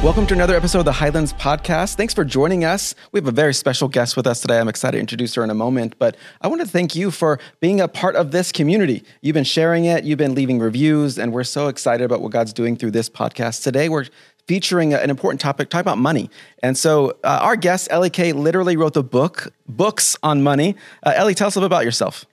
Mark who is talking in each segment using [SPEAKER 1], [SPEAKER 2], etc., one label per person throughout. [SPEAKER 1] Welcome to another episode of the Highlands Podcast. Thanks for joining us. We have a very special guest with us today. I'm excited to introduce her in a moment, but I want to thank you for being a part of this community. You've been sharing it, you've been leaving reviews, and we're so excited about what God's doing through this podcast. Today, we're featuring an important topic, talking about money. And so, uh, our guest, Ellie K, literally wrote the book, Books on Money. Uh, Ellie, tell us a little bit about yourself.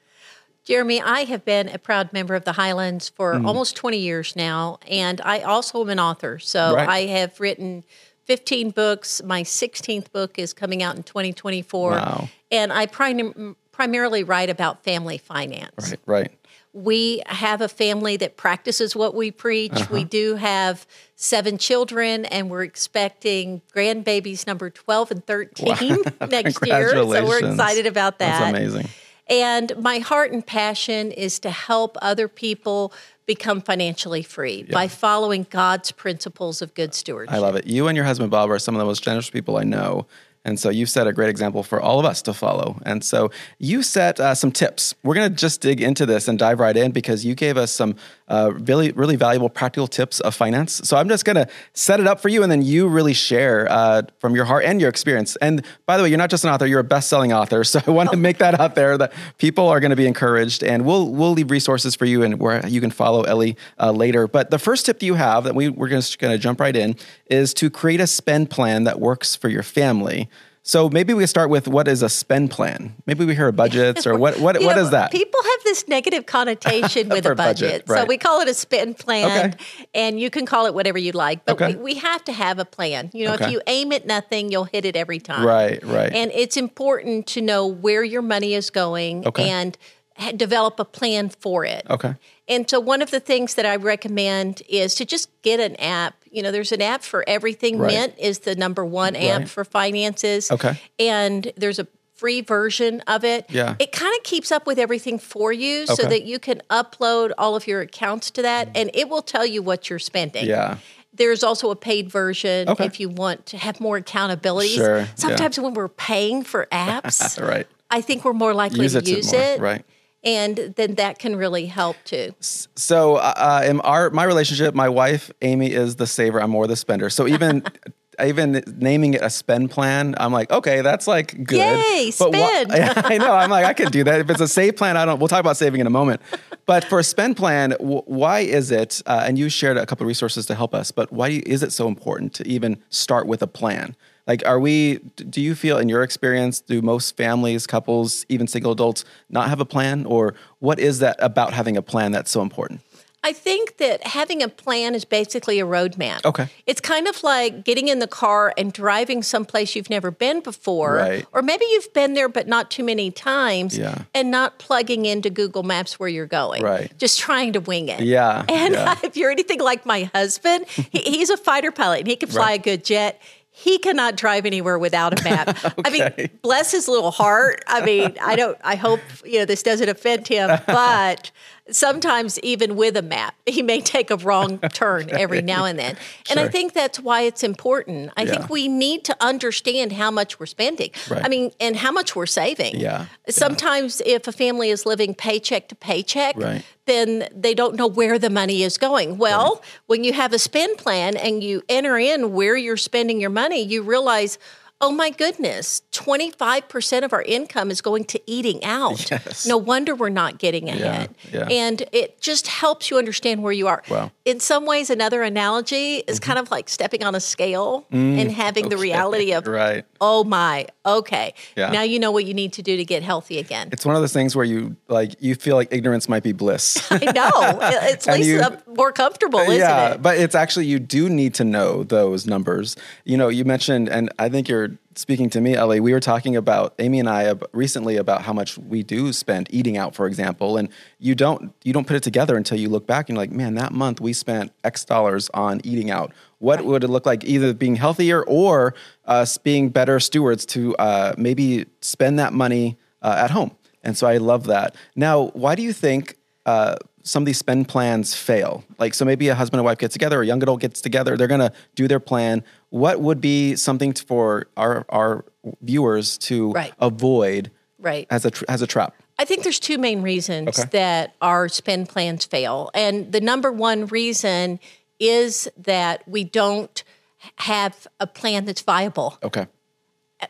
[SPEAKER 2] Jeremy, I have been a proud member of the Highlands for
[SPEAKER 1] Mm.
[SPEAKER 2] almost 20 years now, and I also am an author. So
[SPEAKER 1] Right.
[SPEAKER 2] I have written 15 books. My 16th book is coming out in 2024.
[SPEAKER 1] Wow.
[SPEAKER 2] And I prim- primarily write about family finance.
[SPEAKER 1] Right, right.
[SPEAKER 2] We have a family that practices what we preach. We
[SPEAKER 1] Uh-huh.
[SPEAKER 2] do have seven children, and we're expecting grandbabies number 12 and 13 next year. So we're
[SPEAKER 1] Congratulations.
[SPEAKER 2] excited about that.
[SPEAKER 1] That's amazing.
[SPEAKER 2] And my heart and passion is to help other people become financially free by following God's principles of good stewardship.
[SPEAKER 1] I love it. You and your husband Bob are some of the most generous people I know. And so you've set a great example for all of us to follow. And so you set uh, some tips. We're going to just dig into this and dive right in because you gave us some uh, really, really valuable practical tips of finance. So I'm just going to set it up for you and then you really share uh, from your heart and your experience. And by the way, you're not just an author, you're a best selling author. So I want to make that out there that people are going to be encouraged and we'll, we'll leave resources for you and where you can follow Ellie uh, later. But the first tip that you have that we, we're just going to jump right in is to create a spend plan that works for your family. So maybe we start with what is a spend plan? Maybe we hear budgets or what what
[SPEAKER 2] You
[SPEAKER 1] what
[SPEAKER 2] know,
[SPEAKER 1] is that?
[SPEAKER 2] People have this negative connotation with
[SPEAKER 1] For
[SPEAKER 2] a
[SPEAKER 1] budget,
[SPEAKER 2] budget. So
[SPEAKER 1] right.
[SPEAKER 2] we call it a spend plan,
[SPEAKER 1] Okay.
[SPEAKER 2] and you can call it whatever you like, but
[SPEAKER 1] Okay.
[SPEAKER 2] we, we have to have a plan. You know,
[SPEAKER 1] Okay.
[SPEAKER 2] if you aim at nothing, you'll hit it every time.
[SPEAKER 1] Right, right.
[SPEAKER 2] And it's important to know where your money is going
[SPEAKER 1] Okay.
[SPEAKER 2] and ha- develop a plan for it.
[SPEAKER 1] Okay.
[SPEAKER 2] And so one of the things that I recommend is to just get an app. You know, there's an app for everything.
[SPEAKER 1] Right.
[SPEAKER 2] Mint is the number one
[SPEAKER 1] Right.
[SPEAKER 2] app for finances.
[SPEAKER 1] Okay.
[SPEAKER 2] And there's a free version of it.
[SPEAKER 1] Yeah.
[SPEAKER 2] It kind of keeps up with everything for you so
[SPEAKER 1] Okay.
[SPEAKER 2] that you can upload all of your accounts to that and it will tell you what you're spending.
[SPEAKER 1] Yeah.
[SPEAKER 2] There's also a paid version
[SPEAKER 1] Okay.
[SPEAKER 2] if you want to have more accountability.
[SPEAKER 1] Sure, yeah.
[SPEAKER 2] Sometimes when we're paying for apps,
[SPEAKER 1] Right.
[SPEAKER 2] I think we're more likely
[SPEAKER 1] Use
[SPEAKER 2] to
[SPEAKER 1] it to
[SPEAKER 2] use
[SPEAKER 1] more,
[SPEAKER 2] it.
[SPEAKER 1] right.
[SPEAKER 2] And then that can really help too.
[SPEAKER 1] So, uh, uh, in our my relationship, my wife Amy is the saver. I'm more the spender. So even even naming it a spend plan, I'm like, okay, that's like good. why-
[SPEAKER 2] Yay, spend.
[SPEAKER 1] I know. I'm like, I could do that. If it's a save plan, I don't. We'll talk about saving in a moment. But for a spend plan, w- why is it? Uh, and you shared a couple of resources to help us. But why do you- is it so important to even start with a plan? Like, are we? d- Do you feel, in your experience, do most families, couples, even single adults, not have a plan? Or what is that about having a plan that's so important?
[SPEAKER 2] I think that having a plan is basically a roadmap.
[SPEAKER 1] Okay.
[SPEAKER 2] It's kind of like getting in the car and driving someplace you've never been before.
[SPEAKER 1] Right.
[SPEAKER 2] Or maybe you've been there, but not too many times.
[SPEAKER 1] Yeah.
[SPEAKER 2] And not plugging into Google Maps where you're going.
[SPEAKER 1] Right.
[SPEAKER 2] Just trying to wing it.
[SPEAKER 1] Yeah,
[SPEAKER 2] And
[SPEAKER 1] yeah.
[SPEAKER 2] if you're anything like my husband, he, he's a fighter pilot and he can fly
[SPEAKER 1] Right.
[SPEAKER 2] a good jet. He cannot drive anywhere without a map. I
[SPEAKER 1] Okay.
[SPEAKER 2] mean, bless his little heart. I mean, I don't, I hope, you know, this doesn't offend him, but sometimes even with a map, he may take a wrong turn every now and then. And I
[SPEAKER 1] Sure.
[SPEAKER 2] think that's why it's important. I
[SPEAKER 1] Yeah.
[SPEAKER 2] think we need to understand how much we're spending.
[SPEAKER 1] Right.
[SPEAKER 2] I mean, and how much we're saving.
[SPEAKER 1] Yeah, yeah.
[SPEAKER 2] Sometimes if a family is living paycheck to paycheck,
[SPEAKER 1] Right.
[SPEAKER 2] then they don't know where the money is going. Well, when you have a spend plan and you enter in where you're spending your money, you realize, oh my goodness, 25% of our income is going to eating out.
[SPEAKER 1] Yes.
[SPEAKER 2] No wonder we're not getting ahead.
[SPEAKER 1] yeah.
[SPEAKER 2] And it just helps you understand where you are.
[SPEAKER 1] Wow. Mm-hmm.
[SPEAKER 2] In some ways, another analogy is kind of like stepping on a scale and having the reality of,
[SPEAKER 1] Mm, Right.
[SPEAKER 2] oh my, okay,
[SPEAKER 1] Yeah.
[SPEAKER 2] now you know what you need to do to get healthy again.
[SPEAKER 1] It's one of those things where you like you feel like ignorance might be bliss.
[SPEAKER 2] I know. It's at
[SPEAKER 1] And
[SPEAKER 2] least
[SPEAKER 1] you-
[SPEAKER 2] uh, more comfortable, isn't
[SPEAKER 1] yeah,
[SPEAKER 2] it?
[SPEAKER 1] but it's actually you do need to know those numbers. You know, you mentioned, and I think you're speaking to me, Ellie. We were talking about Amy and I ab- recently about how much we do spend eating out, for example, and you don't you don't put it together until you look back and you're like, man, that month we spent X dollars on eating out. What would it look like, either being healthier or us being better stewards to uh, maybe spend that money uh, at home? And so I love that. Now, why do you think uh, some of these spend plans fail. Like, so maybe a husband and wife get together, or a young adult gets together, they're going to do their plan. What would be something t- for our our viewers to
[SPEAKER 2] Right.
[SPEAKER 1] avoid
[SPEAKER 2] Right.
[SPEAKER 1] as a tr- as a trap?
[SPEAKER 2] I think there's two main reasons
[SPEAKER 1] Okay.
[SPEAKER 2] that our spend plans fail. And the number one reason is that we don't have a plan that's viable.
[SPEAKER 1] Okay.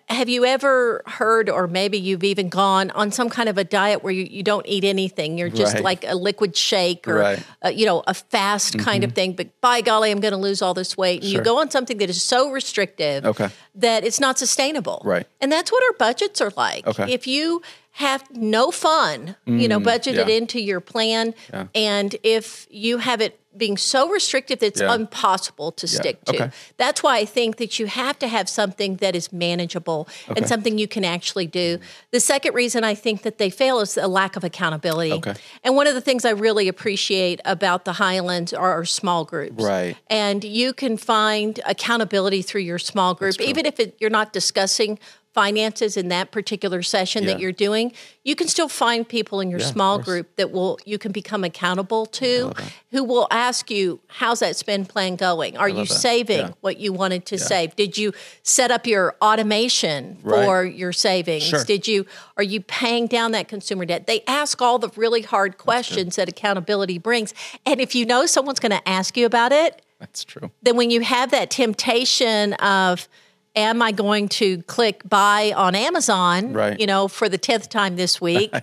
[SPEAKER 2] Have you ever heard, or maybe you've even gone on some kind of a diet where you, you don't eat anything? You're just
[SPEAKER 1] Right.
[SPEAKER 2] like a liquid shake or,
[SPEAKER 1] Right. Mm-hmm.
[SPEAKER 2] uh, you know, a fast kind of thing. But by golly, I'm going to lose all this weight. And you
[SPEAKER 1] Sure.
[SPEAKER 2] go on something that is so restrictive
[SPEAKER 1] Okay.
[SPEAKER 2] that it's not sustainable.
[SPEAKER 1] Right.
[SPEAKER 2] And that's what our budgets are like.
[SPEAKER 1] Okay. Mm,
[SPEAKER 2] If you have no fun, you know, budgeted
[SPEAKER 1] yeah.
[SPEAKER 2] into your plan, and if you have it being so restrictive that it's
[SPEAKER 1] Yeah.
[SPEAKER 2] impossible to stick to.
[SPEAKER 1] Okay.
[SPEAKER 2] That's why I think that you have to have something that is manageable and something you can actually do. The second reason I think that they fail is a lack of accountability.
[SPEAKER 1] Okay.
[SPEAKER 2] And one of the things I really appreciate about the Highlands are our small groups.
[SPEAKER 1] Right.
[SPEAKER 2] And you can find accountability through your small group, even if it, you're not discussing finances in that particular session
[SPEAKER 1] Yeah.
[SPEAKER 2] that you're doing you can still find people in your
[SPEAKER 1] of
[SPEAKER 2] small
[SPEAKER 1] course.
[SPEAKER 2] group that will you can become accountable to who will ask you how's that spend plan going are you
[SPEAKER 1] that.
[SPEAKER 2] saving
[SPEAKER 1] Yeah.
[SPEAKER 2] what you wanted to save did you set up your automation
[SPEAKER 1] Right.
[SPEAKER 2] for your savings
[SPEAKER 1] Sure.
[SPEAKER 2] did you are you paying down that consumer debt they ask all the really hard questions that accountability brings and if you know someone's going to ask you about it
[SPEAKER 1] That's true.
[SPEAKER 2] then when you have that temptation of am i going to click buy on amazon
[SPEAKER 1] Right.
[SPEAKER 2] you know for the 10th time this week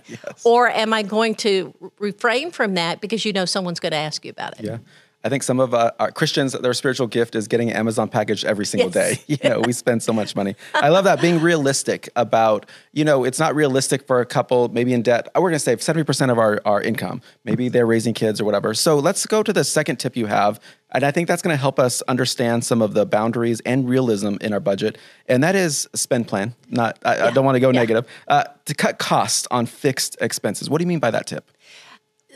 [SPEAKER 2] or am i going to re- refrain from that because you know someone's going to ask you about it
[SPEAKER 1] Yeah. I think some of uh, our Christians, their spiritual gift is getting an Amazon package every single
[SPEAKER 2] Yes.
[SPEAKER 1] day. You know, we spend so much money. I love that being realistic about, you know, it's not realistic for a couple maybe in debt. We're going to save 70% of our, our income. Maybe they're raising kids or whatever. So let's go to the second tip you have. And I think that's going to help us understand some of the boundaries and realism in our budget. And that is spend plan. Not, I, I don't want to go
[SPEAKER 2] Yeah.
[SPEAKER 1] negative. Uh, to cut costs on fixed expenses. What do you mean by that tip?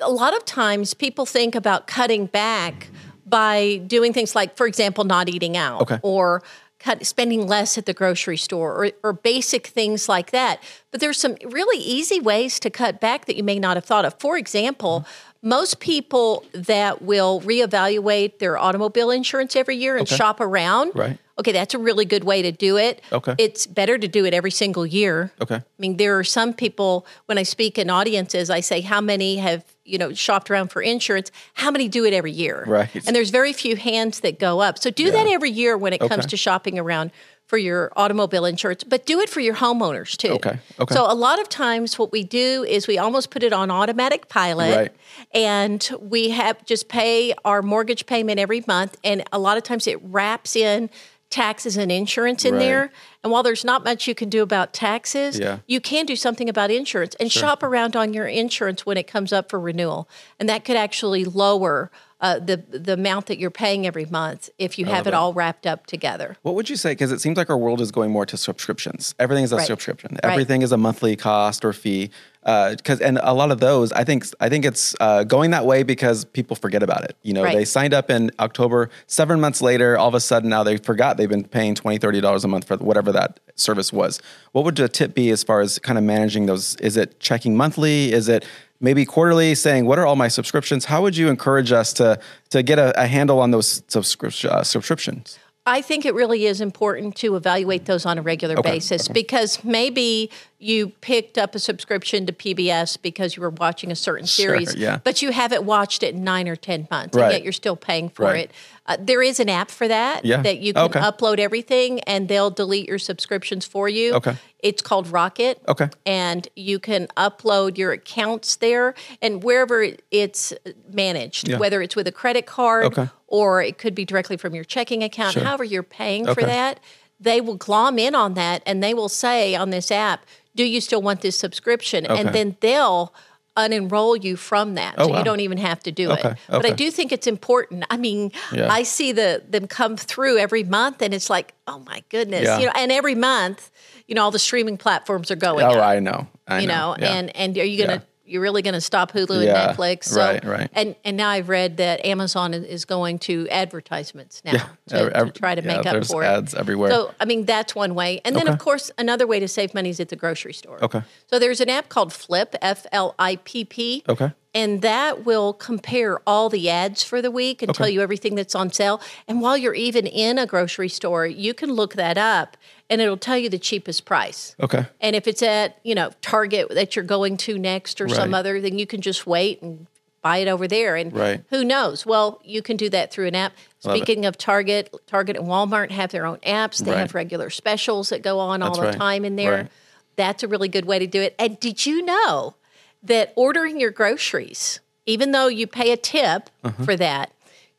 [SPEAKER 2] a lot of times people think about cutting back by doing things like, for example, not eating out
[SPEAKER 1] Okay.
[SPEAKER 2] or cut, spending less at the grocery store or, or basic things like that. But there's some really easy ways to cut back that you may not have thought of. For example,
[SPEAKER 1] Mm-hmm.
[SPEAKER 2] most people that will reevaluate their automobile insurance every year and shop around.
[SPEAKER 1] Right.
[SPEAKER 2] Okay, that's a really good way to do it.
[SPEAKER 1] Okay.
[SPEAKER 2] It's better to do it every single year.
[SPEAKER 1] Okay.
[SPEAKER 2] I mean, there are some people when I speak in audiences, I say, How many have, you know, shopped around for insurance? How many do it every year?
[SPEAKER 1] Right.
[SPEAKER 2] And there's very few hands that go up. So do that every year when it comes
[SPEAKER 1] Okay.
[SPEAKER 2] to shopping around for your automobile insurance, but do it for your homeowners too.
[SPEAKER 1] Okay. Okay.
[SPEAKER 2] So a lot of times what we do is we almost put it on automatic pilot
[SPEAKER 1] Right.
[SPEAKER 2] and we have just pay our mortgage payment every month and a lot of times it wraps in taxes and insurance in
[SPEAKER 1] Right.
[SPEAKER 2] there and while there's not much you can do about taxes
[SPEAKER 1] Yeah.
[SPEAKER 2] you can do something about insurance and shop around on your insurance when it comes up for renewal and that could actually lower uh, the the amount that you're paying every month if you have it all wrapped up together
[SPEAKER 1] What would you say? Because it seems like our world is going more to subscriptions. Everything is a
[SPEAKER 2] Right.
[SPEAKER 1] subscription.
[SPEAKER 2] Right.
[SPEAKER 1] Everything is a monthly cost or fee. Because and a lot of those, I think, I think it's uh, going that way because people forget about it. You know,
[SPEAKER 2] Right.
[SPEAKER 1] they signed up in October. Seven months later, all of a sudden now they forgot they've been paying $20, 30 dollars a month for whatever that service was. What would the tip be as far as kind of managing those? Is it checking monthly? Is it maybe quarterly? Saying what are all my subscriptions? How would you encourage us to to get a, a handle on those subscription uh, subscriptions?
[SPEAKER 2] I think it really is important to evaluate those on a regular basis because maybe you picked up a subscription to PBS because you were watching a certain series,
[SPEAKER 1] yeah.
[SPEAKER 2] but you haven't watched it in nine or 10 months,
[SPEAKER 1] Right.
[SPEAKER 2] and yet you're still paying for
[SPEAKER 1] Right.
[SPEAKER 2] it. Uh, there is an app for that
[SPEAKER 1] Yeah.
[SPEAKER 2] that you can
[SPEAKER 1] Okay.
[SPEAKER 2] upload everything and they'll delete your subscriptions for you.
[SPEAKER 1] Okay.
[SPEAKER 2] It's called Rocket.
[SPEAKER 1] Okay.
[SPEAKER 2] And you can upload your accounts there and wherever it- it's managed,
[SPEAKER 1] Yeah.
[SPEAKER 2] whether it's with a credit card
[SPEAKER 1] Okay.
[SPEAKER 2] or it could be directly from your checking account, however you're paying for
[SPEAKER 1] Okay.
[SPEAKER 2] that, they will glom in on that and they will say on this app, do you still want this subscription?
[SPEAKER 1] Okay. Oh,
[SPEAKER 2] And then they'll unenroll you from that. so
[SPEAKER 1] wow.
[SPEAKER 2] you don't even have to do it.
[SPEAKER 1] Okay,
[SPEAKER 2] But I
[SPEAKER 1] okay.
[SPEAKER 2] do think it's important. I mean,
[SPEAKER 1] Yeah.
[SPEAKER 2] I see the them come through every month and it's like, oh my goodness.
[SPEAKER 1] Yeah.
[SPEAKER 2] You know, and every month, you know, all the streaming platforms are going
[SPEAKER 1] Oh,
[SPEAKER 2] up
[SPEAKER 1] I know. I
[SPEAKER 2] you know,
[SPEAKER 1] yeah.
[SPEAKER 2] and and are you gonna you're really gonna stop Hulu
[SPEAKER 1] Yeah,
[SPEAKER 2] and Netflix? So,
[SPEAKER 1] right, right.
[SPEAKER 2] And and now I've read that Amazon is- is going to advertisements now to,
[SPEAKER 1] every-
[SPEAKER 2] to
[SPEAKER 1] every-
[SPEAKER 2] try to
[SPEAKER 1] yeah,
[SPEAKER 2] make up
[SPEAKER 1] there's
[SPEAKER 2] for
[SPEAKER 1] ads
[SPEAKER 2] it.
[SPEAKER 1] everywhere.
[SPEAKER 2] So I mean that's one way, and then of
[SPEAKER 1] Okay.
[SPEAKER 2] course another way to save money is at the grocery store.
[SPEAKER 1] Okay.
[SPEAKER 2] So there's an app called Flip F L I P P.
[SPEAKER 1] Okay.
[SPEAKER 2] And that will compare all the ads for the week and tell you everything that's on sale. And while you're even in a grocery store, you can look that up and it'll tell you the cheapest price.
[SPEAKER 1] okay.
[SPEAKER 2] And if it's at, you know, Target that you're going to next or some
[SPEAKER 1] Right.
[SPEAKER 2] other, then you can just wait and buy it over there. And
[SPEAKER 1] Right.
[SPEAKER 2] who knows? Well, you can do that through an app.
[SPEAKER 1] Love it.
[SPEAKER 2] Speaking of Target, Target and Walmart have their own apps. They
[SPEAKER 1] Right.
[SPEAKER 2] have regular specials that go on
[SPEAKER 1] That's
[SPEAKER 2] all the
[SPEAKER 1] right.
[SPEAKER 2] time in there.
[SPEAKER 1] Right.
[SPEAKER 2] That's a really good way to do it. And did you know that ordering your groceries, even though you pay a tip
[SPEAKER 1] Uh-huh.
[SPEAKER 2] for that,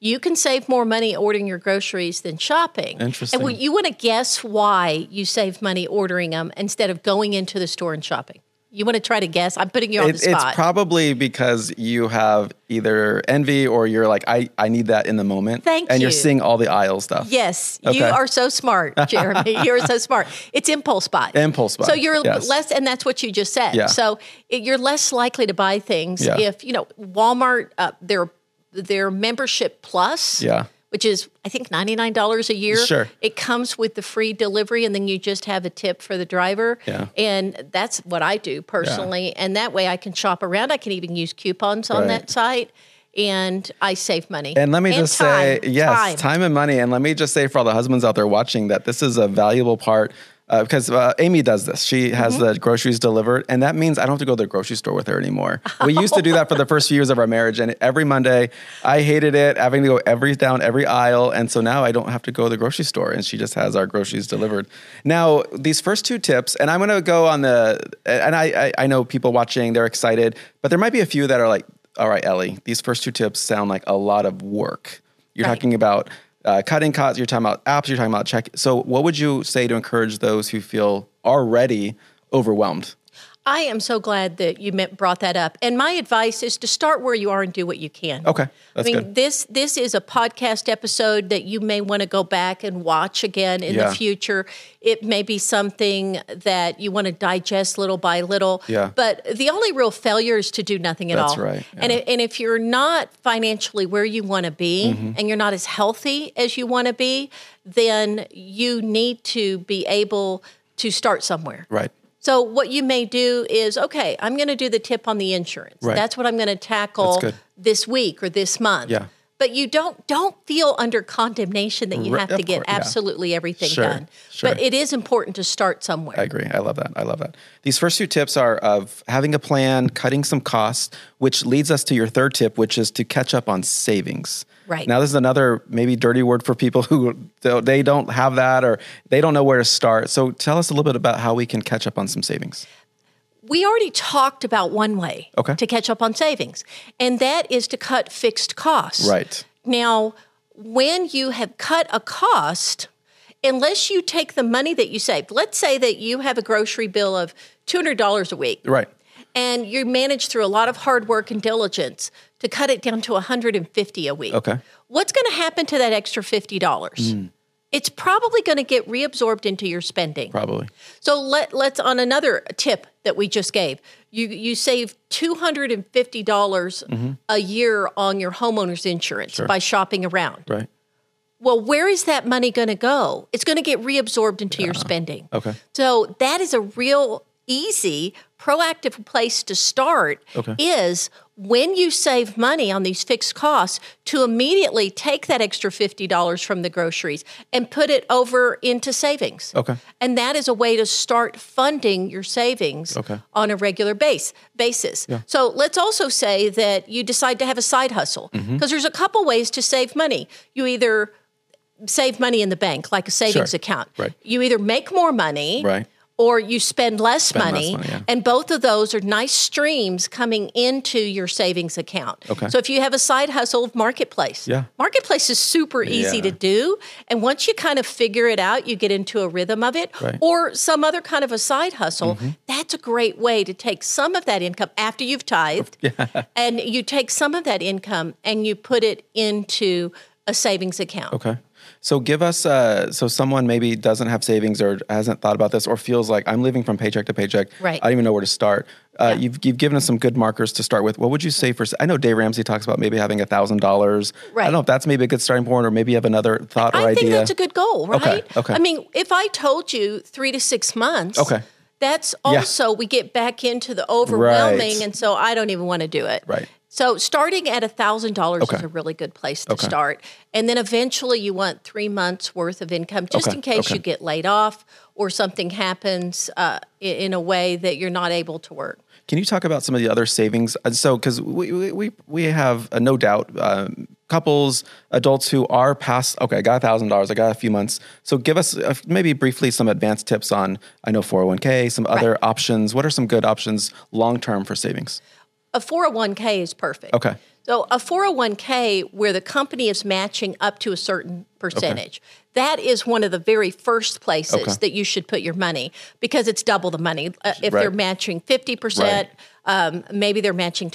[SPEAKER 2] you can save more money ordering your groceries than shopping.
[SPEAKER 1] Interesting.
[SPEAKER 2] And when you want to guess why you save money ordering them instead of going into the store and shopping. You want to try to guess? I'm putting you on
[SPEAKER 1] It-
[SPEAKER 2] the spot.
[SPEAKER 1] It's probably because you have either envy or you're like, I, I need that in the moment.
[SPEAKER 2] Thank
[SPEAKER 1] And you're
[SPEAKER 2] you.
[SPEAKER 1] seeing all the aisle stuff.
[SPEAKER 2] Yes, you
[SPEAKER 1] Okay.
[SPEAKER 2] are so smart, Jeremy. You're so smart. It's impulse buy.
[SPEAKER 1] Impulse buy,
[SPEAKER 2] So you're
[SPEAKER 1] yes.
[SPEAKER 2] less, and that's what you just said.
[SPEAKER 1] Yeah.
[SPEAKER 2] So it, you're less likely to buy things
[SPEAKER 1] Yeah.
[SPEAKER 2] if you know Walmart. Uh, their their membership plus.
[SPEAKER 1] Yeah.
[SPEAKER 2] Which is, I think, ninety nine dollars a year.
[SPEAKER 1] Sure.
[SPEAKER 2] it comes with the free delivery, and then you just have a tip for the driver.
[SPEAKER 1] Yeah.
[SPEAKER 2] and that's what I do personally, and that way I can shop around. I can even use coupons on
[SPEAKER 1] Right.
[SPEAKER 2] that site, and I save money.
[SPEAKER 1] And let me just say,
[SPEAKER 2] time.
[SPEAKER 1] yes,
[SPEAKER 2] Time.
[SPEAKER 1] time. and money. And let me just say for all the husbands out there watching that this is a valuable part uh, because uh, Amy does this. She has the groceries delivered, and that means I don't have to go to the grocery store with her anymore. We used to do that for the first few years of our marriage, and every Monday I hated it having to go every down every aisle, and so now I don't have to go to the grocery store, and she just has our groceries delivered. Now these first two tips, and I'm going to go on the, and I, I I know people watching they're excited, but there might be a few that are like. All right, Ellie, these first two tips sound like a lot of work. You're
[SPEAKER 2] Right.
[SPEAKER 1] talking about uh, cutting costs. You're talking about apps. You're talking about check. So, what would you say to encourage those who feel already overwhelmed?
[SPEAKER 2] I am so glad that you meant, brought that up. And my advice is to start where you are and do what you can.
[SPEAKER 1] Okay, that's
[SPEAKER 2] I mean,
[SPEAKER 1] good.
[SPEAKER 2] this this is a podcast episode that you may want to go back and watch again in
[SPEAKER 1] Yeah.
[SPEAKER 2] the future. It may be something that you want to digest little by little.
[SPEAKER 1] Yeah.
[SPEAKER 2] But the only real failure is to do nothing at
[SPEAKER 1] That's
[SPEAKER 2] all.
[SPEAKER 1] right,
[SPEAKER 2] And
[SPEAKER 1] yeah.
[SPEAKER 2] i- and if you're not financially where you want to be
[SPEAKER 1] Mm-hmm.
[SPEAKER 2] and you're not as healthy as you want to be, then you need to be able to start somewhere.
[SPEAKER 1] Right.
[SPEAKER 2] So what you may do is, okay, I'm going to do the tip on the insurance.
[SPEAKER 1] Right.
[SPEAKER 2] That's what I'm going to
[SPEAKER 1] That's
[SPEAKER 2] tackle
[SPEAKER 1] good.
[SPEAKER 2] this week or this month.
[SPEAKER 1] Yeah.
[SPEAKER 2] But you don't don't feel under condemnation that you
[SPEAKER 1] Right,
[SPEAKER 2] have to
[SPEAKER 1] of
[SPEAKER 2] get
[SPEAKER 1] course, yeah.
[SPEAKER 2] absolutely everything
[SPEAKER 1] Sure,
[SPEAKER 2] done.
[SPEAKER 1] sure.
[SPEAKER 2] But it is important to start somewhere.
[SPEAKER 1] I agree. I love that. I love that. These first two tips are of having a plan, cutting some costs, which leads us to your third tip, which is to catch up on savings.
[SPEAKER 2] Right.
[SPEAKER 1] Now, this is another maybe dirty word for people who don't- they don't have that or they don't know where to start. So, tell us a little bit about how we can catch up on some savings.
[SPEAKER 2] we already talked about one way
[SPEAKER 1] Okay.
[SPEAKER 2] to catch up on savings, and that is to cut fixed costs.
[SPEAKER 1] Right.
[SPEAKER 2] Now, when you have cut a cost, unless you take the money that you saved, let's say that you have a grocery bill of $200 a week.
[SPEAKER 1] Right.
[SPEAKER 2] And you manage through a lot of hard work and diligence to cut it down to 150 a week.
[SPEAKER 1] Okay.
[SPEAKER 2] What's going to happen to that extra $50? It's probably going to get reabsorbed into your spending.
[SPEAKER 1] Probably.
[SPEAKER 2] So let let's on another tip that we just gave. You you save two hundred and fifty dollars a year on your homeowner's insurance by shopping around.
[SPEAKER 1] Right.
[SPEAKER 2] Well, where is that money going to go? It's going to get reabsorbed into your spending.
[SPEAKER 1] Uh-huh. Okay.
[SPEAKER 2] So that is a real easy proactive place to start
[SPEAKER 1] Okay.
[SPEAKER 2] is when you save money on these fixed costs to immediately take that extra $50 from the groceries and put it over into savings.
[SPEAKER 1] Okay.
[SPEAKER 2] And that is a way to start funding your savings
[SPEAKER 1] Okay.
[SPEAKER 2] on a regular base basis. So let's also say that you decide to have a side hustle
[SPEAKER 1] Mm-hmm.
[SPEAKER 2] because there's a couple ways to save money. You either save money in the bank, like a savings
[SPEAKER 1] Sure.
[SPEAKER 2] account.
[SPEAKER 1] Right.
[SPEAKER 2] You either make more money
[SPEAKER 1] Right.
[SPEAKER 2] or you spend less
[SPEAKER 1] less
[SPEAKER 2] money.
[SPEAKER 1] money, yeah.
[SPEAKER 2] And both of those are nice streams coming into your savings account.
[SPEAKER 1] Okay.
[SPEAKER 2] So if you have a side hustle of marketplace,
[SPEAKER 1] Yeah.
[SPEAKER 2] marketplace is super easy
[SPEAKER 1] Yeah.
[SPEAKER 2] to do. And once you kind of figure it out, you get into a rhythm of it
[SPEAKER 1] Right. Mm-hmm.
[SPEAKER 2] or some other kind of a side hustle. That's a great way to take some of that income after you've tithed and you take some of that income and you put it into a savings account.
[SPEAKER 1] Okay. So give us uh, so someone maybe doesn't have savings or hasn't thought about this or feels like I'm living from paycheck to paycheck.
[SPEAKER 2] Right.
[SPEAKER 1] I don't even know where to start. Uh,
[SPEAKER 2] Yeah.
[SPEAKER 1] You've you've given us some good markers to start with. What would you say for? I know Dave Ramsey talks about maybe having a thousand dollars. I
[SPEAKER 2] Right.
[SPEAKER 1] don't know if that's maybe a good starting point or maybe you have another thought or
[SPEAKER 2] I think
[SPEAKER 1] idea.
[SPEAKER 2] that's a good goal, right?
[SPEAKER 1] Okay, okay.
[SPEAKER 2] I mean, if I told you three to six months,
[SPEAKER 1] Okay.
[SPEAKER 2] that's also we get back into the overwhelming,
[SPEAKER 1] Right.
[SPEAKER 2] and so I don't even want to do it.
[SPEAKER 1] Right.
[SPEAKER 2] So starting at thousand dollars
[SPEAKER 1] Okay.
[SPEAKER 2] is a really good place to start, and then eventually you want three months worth of income just
[SPEAKER 1] Okay,
[SPEAKER 2] in case
[SPEAKER 1] okay.
[SPEAKER 2] you get laid off or something happens uh, i- in a way that you're not able to work.
[SPEAKER 1] Can you talk about some of the other savings? And so, because we, we- we we have uh, no doubt um, couples, adults who are past okay, I got a thousand dollars, I got a few months. So, give us uh, maybe briefly some advanced tips on I know four hundred one k, some other options. What are some good options long term for savings?
[SPEAKER 2] A 401k is perfect.
[SPEAKER 1] Okay.
[SPEAKER 2] So a 401k where the company is matching up to a certain percentage. That is one of the very first places
[SPEAKER 1] Okay.
[SPEAKER 2] that you should put your money because it's double the money. Uh, if
[SPEAKER 1] Right.
[SPEAKER 2] they're matching 50%,
[SPEAKER 1] Right.
[SPEAKER 2] um, maybe they're matching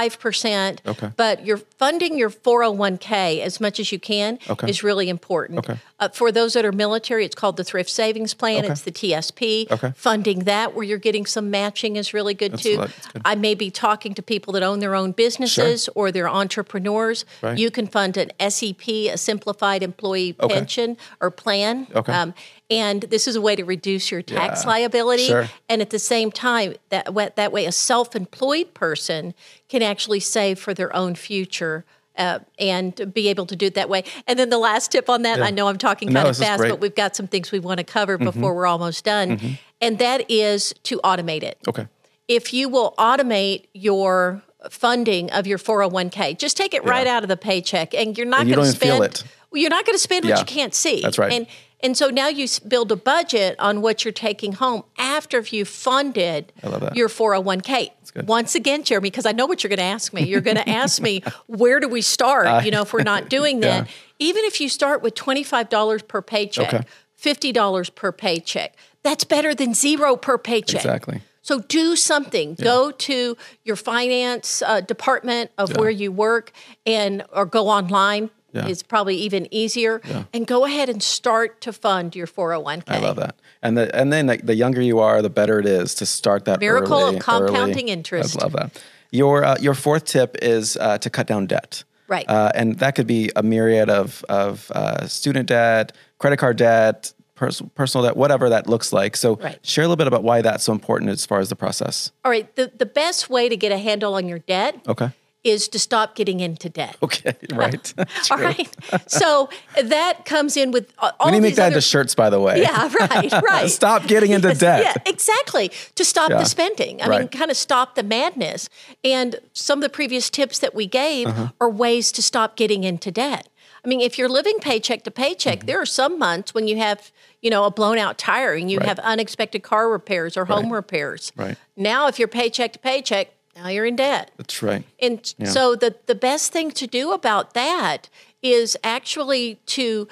[SPEAKER 2] 25%.
[SPEAKER 1] Okay.
[SPEAKER 2] But you're funding your 401k as much as you can
[SPEAKER 1] Okay.
[SPEAKER 2] is really important.
[SPEAKER 1] Okay.
[SPEAKER 2] Uh, for those that are military, it's called the Thrift Savings Plan.
[SPEAKER 1] Okay.
[SPEAKER 2] It's the TSP.
[SPEAKER 1] Okay.
[SPEAKER 2] Funding that where you're getting some matching is really good too.
[SPEAKER 1] what- that's good.
[SPEAKER 2] I may be talking to people that own their own businesses or they're entrepreneurs.
[SPEAKER 1] Right.
[SPEAKER 2] You can fund an SEP, a simplified employee
[SPEAKER 1] Okay.
[SPEAKER 2] pension or plan. Um,
[SPEAKER 1] Okay.
[SPEAKER 2] and this is a way to reduce your tax
[SPEAKER 1] Yeah.
[SPEAKER 2] liability.
[SPEAKER 1] Sure.
[SPEAKER 2] And at the same time, that, wa- that way a self employed person can actually save for their own future. Uh, and be able to do it that way. And then the last tip on that, I know I'm talking
[SPEAKER 1] No,
[SPEAKER 2] kind of
[SPEAKER 1] this is
[SPEAKER 2] fast,
[SPEAKER 1] great. Mm-hmm.
[SPEAKER 2] but we've got some things we want to cover before we're almost done. And that is to automate it
[SPEAKER 1] Okay,
[SPEAKER 2] if you will automate your funding of your 401k just take it right out of the paycheck and you're not
[SPEAKER 1] And you
[SPEAKER 2] going to
[SPEAKER 1] don't even feel
[SPEAKER 2] spend
[SPEAKER 1] it.
[SPEAKER 2] Well, you're not going to spend
[SPEAKER 1] Yeah.
[SPEAKER 2] what you can't see
[SPEAKER 1] That's right.
[SPEAKER 2] and and so now you s- build a budget on what you're taking home after you funded
[SPEAKER 1] love that.
[SPEAKER 2] your 401k
[SPEAKER 1] good.
[SPEAKER 2] once again jeremy because i know what you're going to ask me you're going to ask me where do we start you know if we're not doing that even if you start with $25 per paycheck
[SPEAKER 1] Okay.
[SPEAKER 2] $50 per paycheck that's better than zero per paycheck
[SPEAKER 1] exactly.
[SPEAKER 2] so do something. Go to your finance uh, department of where you work, and or go online.
[SPEAKER 1] Yeah.
[SPEAKER 2] It's probably even easier. And go ahead and start to fund your four hundred one
[SPEAKER 1] I
[SPEAKER 2] k.
[SPEAKER 1] love that. And the, and then like, the younger you are, the better it is to start that
[SPEAKER 2] Miracle
[SPEAKER 1] early-
[SPEAKER 2] of compounding
[SPEAKER 1] early.
[SPEAKER 2] interest.
[SPEAKER 1] I love that. Your uh, your fourth tip is uh, to cut down debt.
[SPEAKER 2] Right.
[SPEAKER 1] Uh, and that could be a myriad of of uh, student debt, credit card debt, pers- personal debt, whatever that looks like. So
[SPEAKER 2] Right.
[SPEAKER 1] share a little bit about why that's so important as far as the process.
[SPEAKER 2] All right. The the best way to get a handle on your debt
[SPEAKER 1] Okay.
[SPEAKER 2] is to stop getting into debt.
[SPEAKER 1] Okay. Right.
[SPEAKER 2] All right. So that comes in with uh, all
[SPEAKER 1] we need to make
[SPEAKER 2] these
[SPEAKER 1] that
[SPEAKER 2] other-
[SPEAKER 1] into shirts, by the way.
[SPEAKER 2] Yeah, right, right.
[SPEAKER 1] Stop getting into debt.
[SPEAKER 2] Yeah, exactly. To stop
[SPEAKER 1] Yeah.
[SPEAKER 2] the spending. I mean,
[SPEAKER 1] Right.
[SPEAKER 2] kind of stop the madness. And some of the previous tips that we gave
[SPEAKER 1] Uh-huh.
[SPEAKER 2] are ways to stop getting into debt. I mean, if you're living paycheck to paycheck,
[SPEAKER 1] Mm-hmm.
[SPEAKER 2] there are some months when you have, you know, a blown out tire and you
[SPEAKER 1] Right.
[SPEAKER 2] have unexpected car repairs or home repairs.
[SPEAKER 1] Right.
[SPEAKER 2] Now, if you're paycheck to paycheck, now you're in debt.
[SPEAKER 1] That's right.
[SPEAKER 2] And so the the best thing to do about that is actually to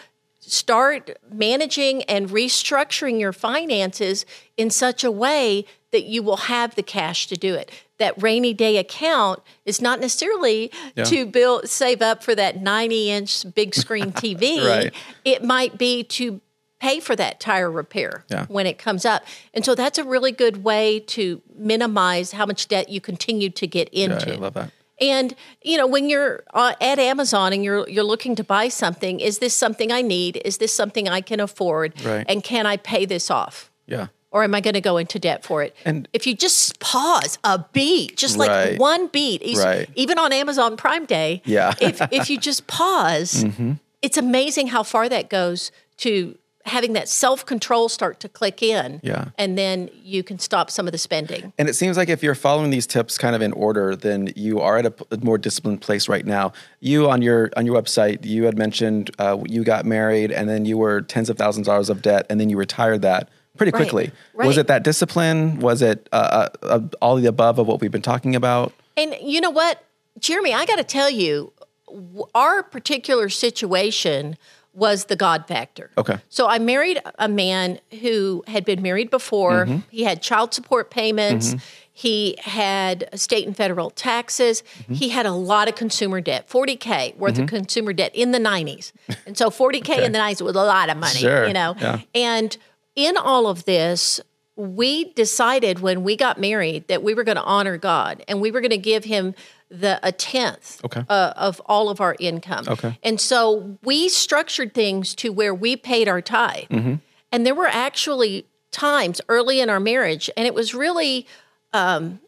[SPEAKER 2] start managing and restructuring your finances in such a way that you will have the cash to do it. That rainy day account is not necessarily to build save up for that 90 inch big screen TV.
[SPEAKER 1] Right.
[SPEAKER 2] It might be to pay for that tire repair
[SPEAKER 1] Yeah.
[SPEAKER 2] when it comes up. And so that's a really good way to minimize how much debt you continue to get
[SPEAKER 1] Yeah,
[SPEAKER 2] into.
[SPEAKER 1] I love that.
[SPEAKER 2] And you know, when you're uh, at Amazon and you're you're looking to buy something, is this something I need? Is this something I can afford?
[SPEAKER 1] Right.
[SPEAKER 2] And can I pay this off?
[SPEAKER 1] Yeah.
[SPEAKER 2] Or am I going to go into debt for it?
[SPEAKER 1] And-
[SPEAKER 2] if you just pause a beat, just
[SPEAKER 1] Right.
[SPEAKER 2] like one beat, is-
[SPEAKER 1] Right.
[SPEAKER 2] even on Amazon Prime Day,
[SPEAKER 1] Yeah. Mm-hmm.
[SPEAKER 2] if if you just pause, it's amazing how far that goes to having that self control start to click in.
[SPEAKER 1] Yeah.
[SPEAKER 2] And then you can stop some of the spending.
[SPEAKER 1] And it seems like if you're following these tips kind of in order, then you are at a p- a more disciplined place right now. You on your on your website, you had mentioned uh, you got married, and then you were tens of thousands of dollars of debt, and then you retired that pretty
[SPEAKER 2] Right,
[SPEAKER 1] quickly. Was
[SPEAKER 2] right.
[SPEAKER 1] it that discipline? Was it uh, uh, uh, all the above of what we've been talking about?
[SPEAKER 2] And you know what, Jeremy, I got to tell you, w- our particular situation was the God factor.
[SPEAKER 1] Okay.
[SPEAKER 2] So I married a man who had been married before.
[SPEAKER 1] Mm-hmm.
[SPEAKER 2] He had child support payments. He had state and federal taxes.
[SPEAKER 1] Mm-hmm.
[SPEAKER 2] He had a lot of consumer debt, 40K worth of consumer debt in the 90s. And so 40K in the 90s was a lot of money,
[SPEAKER 1] Sure.
[SPEAKER 2] you know?
[SPEAKER 1] Yeah.
[SPEAKER 2] And in all of this, we decided when we got married that we were going to honor God and we were going to give him the a tenth
[SPEAKER 1] Okay.
[SPEAKER 2] uh, of all of our income.
[SPEAKER 1] Okay.
[SPEAKER 2] And so we structured things to where we paid our tithe.
[SPEAKER 1] Mm-hmm.
[SPEAKER 2] And there were actually times early in our marriage, and it was really um,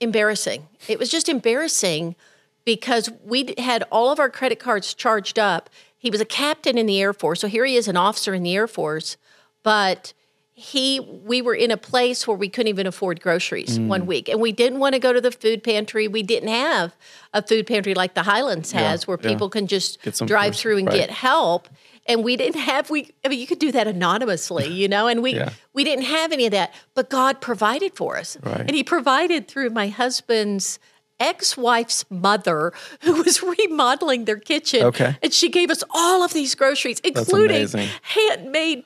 [SPEAKER 2] embarrassing. It was just embarrassing because we d- had all of our credit cards charged up. He was a captain in the Air Force. So here he is, an officer in the Air Force, but he we were in a place where we couldn't even afford groceries
[SPEAKER 1] Mm.
[SPEAKER 2] one week and we didn't want to go to the food pantry we didn't have a food pantry like the highlands has where
[SPEAKER 1] yeah.
[SPEAKER 2] people can just
[SPEAKER 1] Get some
[SPEAKER 2] drive
[SPEAKER 1] first,
[SPEAKER 2] through and
[SPEAKER 1] right.
[SPEAKER 2] get help and we didn't have we i mean you could do that anonymously you know and we
[SPEAKER 1] Yeah.
[SPEAKER 2] we didn't have any of that but god provided for us
[SPEAKER 1] Right.
[SPEAKER 2] and he provided through my husband's ex-wife's mother who was remodeling their kitchen
[SPEAKER 1] Okay.
[SPEAKER 2] and she gave us all of these groceries including
[SPEAKER 1] amazing.
[SPEAKER 2] handmade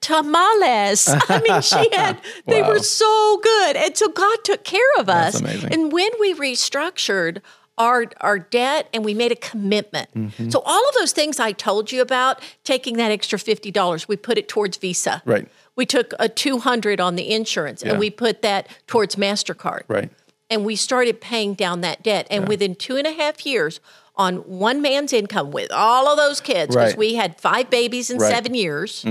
[SPEAKER 2] tamales. I mean, she had, they
[SPEAKER 1] Wow.
[SPEAKER 2] were so good. And so God took care of us.
[SPEAKER 1] amazing.
[SPEAKER 2] And when we restructured our, our debt and we made a commitment.
[SPEAKER 1] Mm-hmm.
[SPEAKER 2] So, all of those things I told you about, taking that extra $50, we put it towards Visa.
[SPEAKER 1] Right.
[SPEAKER 2] We took a 200 on the insurance
[SPEAKER 1] Yeah.
[SPEAKER 2] and we put that towards MasterCard.
[SPEAKER 1] Right.
[SPEAKER 2] And we started paying down that debt. And within two and a half years, on one man's income with all of those kids, because
[SPEAKER 1] Right.
[SPEAKER 2] we had five babies in
[SPEAKER 1] Right. Mm-hmm.
[SPEAKER 2] seven years.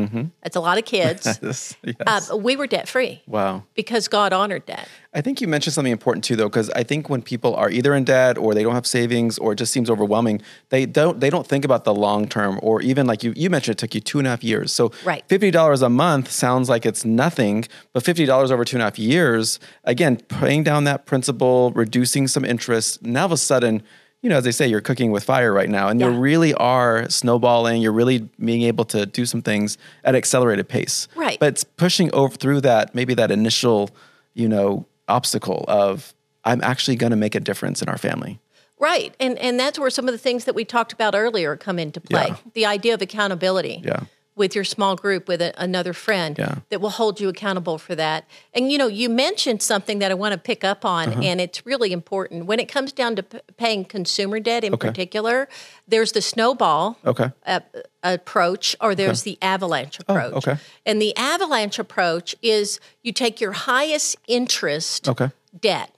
[SPEAKER 2] That's a lot of kids.
[SPEAKER 1] This, yes.
[SPEAKER 2] uh, we were debt free
[SPEAKER 1] wow.
[SPEAKER 2] because God honored that.
[SPEAKER 1] I think you mentioned something important too, though, because I think when people are either in debt or they don't have savings or it just seems overwhelming, they don't they don't think about the long term or even like you you mentioned it took you two and a half years. So
[SPEAKER 2] Right.
[SPEAKER 1] fifty dollars a month sounds like it's nothing, but fifty dollars over two and a half years, again, paying down that principal, reducing some interest, now all of a sudden. You know, as they say, you're cooking with fire right now, and you
[SPEAKER 2] Yeah.
[SPEAKER 1] really are snowballing. You're really being able to do some things at accelerated pace.
[SPEAKER 2] Right.
[SPEAKER 1] But it's pushing over through that maybe that initial you know obstacle of i'm actually going to make a difference in our family
[SPEAKER 2] Right. And and that's where some of the things that we talked about earlier come into play.
[SPEAKER 1] Yeah.
[SPEAKER 2] The idea of accountability.
[SPEAKER 1] Yeah.
[SPEAKER 2] With your small group, with a, another friend
[SPEAKER 1] Yeah.
[SPEAKER 2] that will hold you accountable for that. And you know, you mentioned something that I want to pick up on,
[SPEAKER 1] Uh-huh.
[SPEAKER 2] and it's really important. When it comes down to p- paying consumer debt in particular, there's the snowball
[SPEAKER 1] okay
[SPEAKER 2] ap- approach or there's the avalanche approach.
[SPEAKER 1] Oh, okay.
[SPEAKER 2] And the avalanche approach is you take your highest interest
[SPEAKER 1] Okay.
[SPEAKER 2] debt.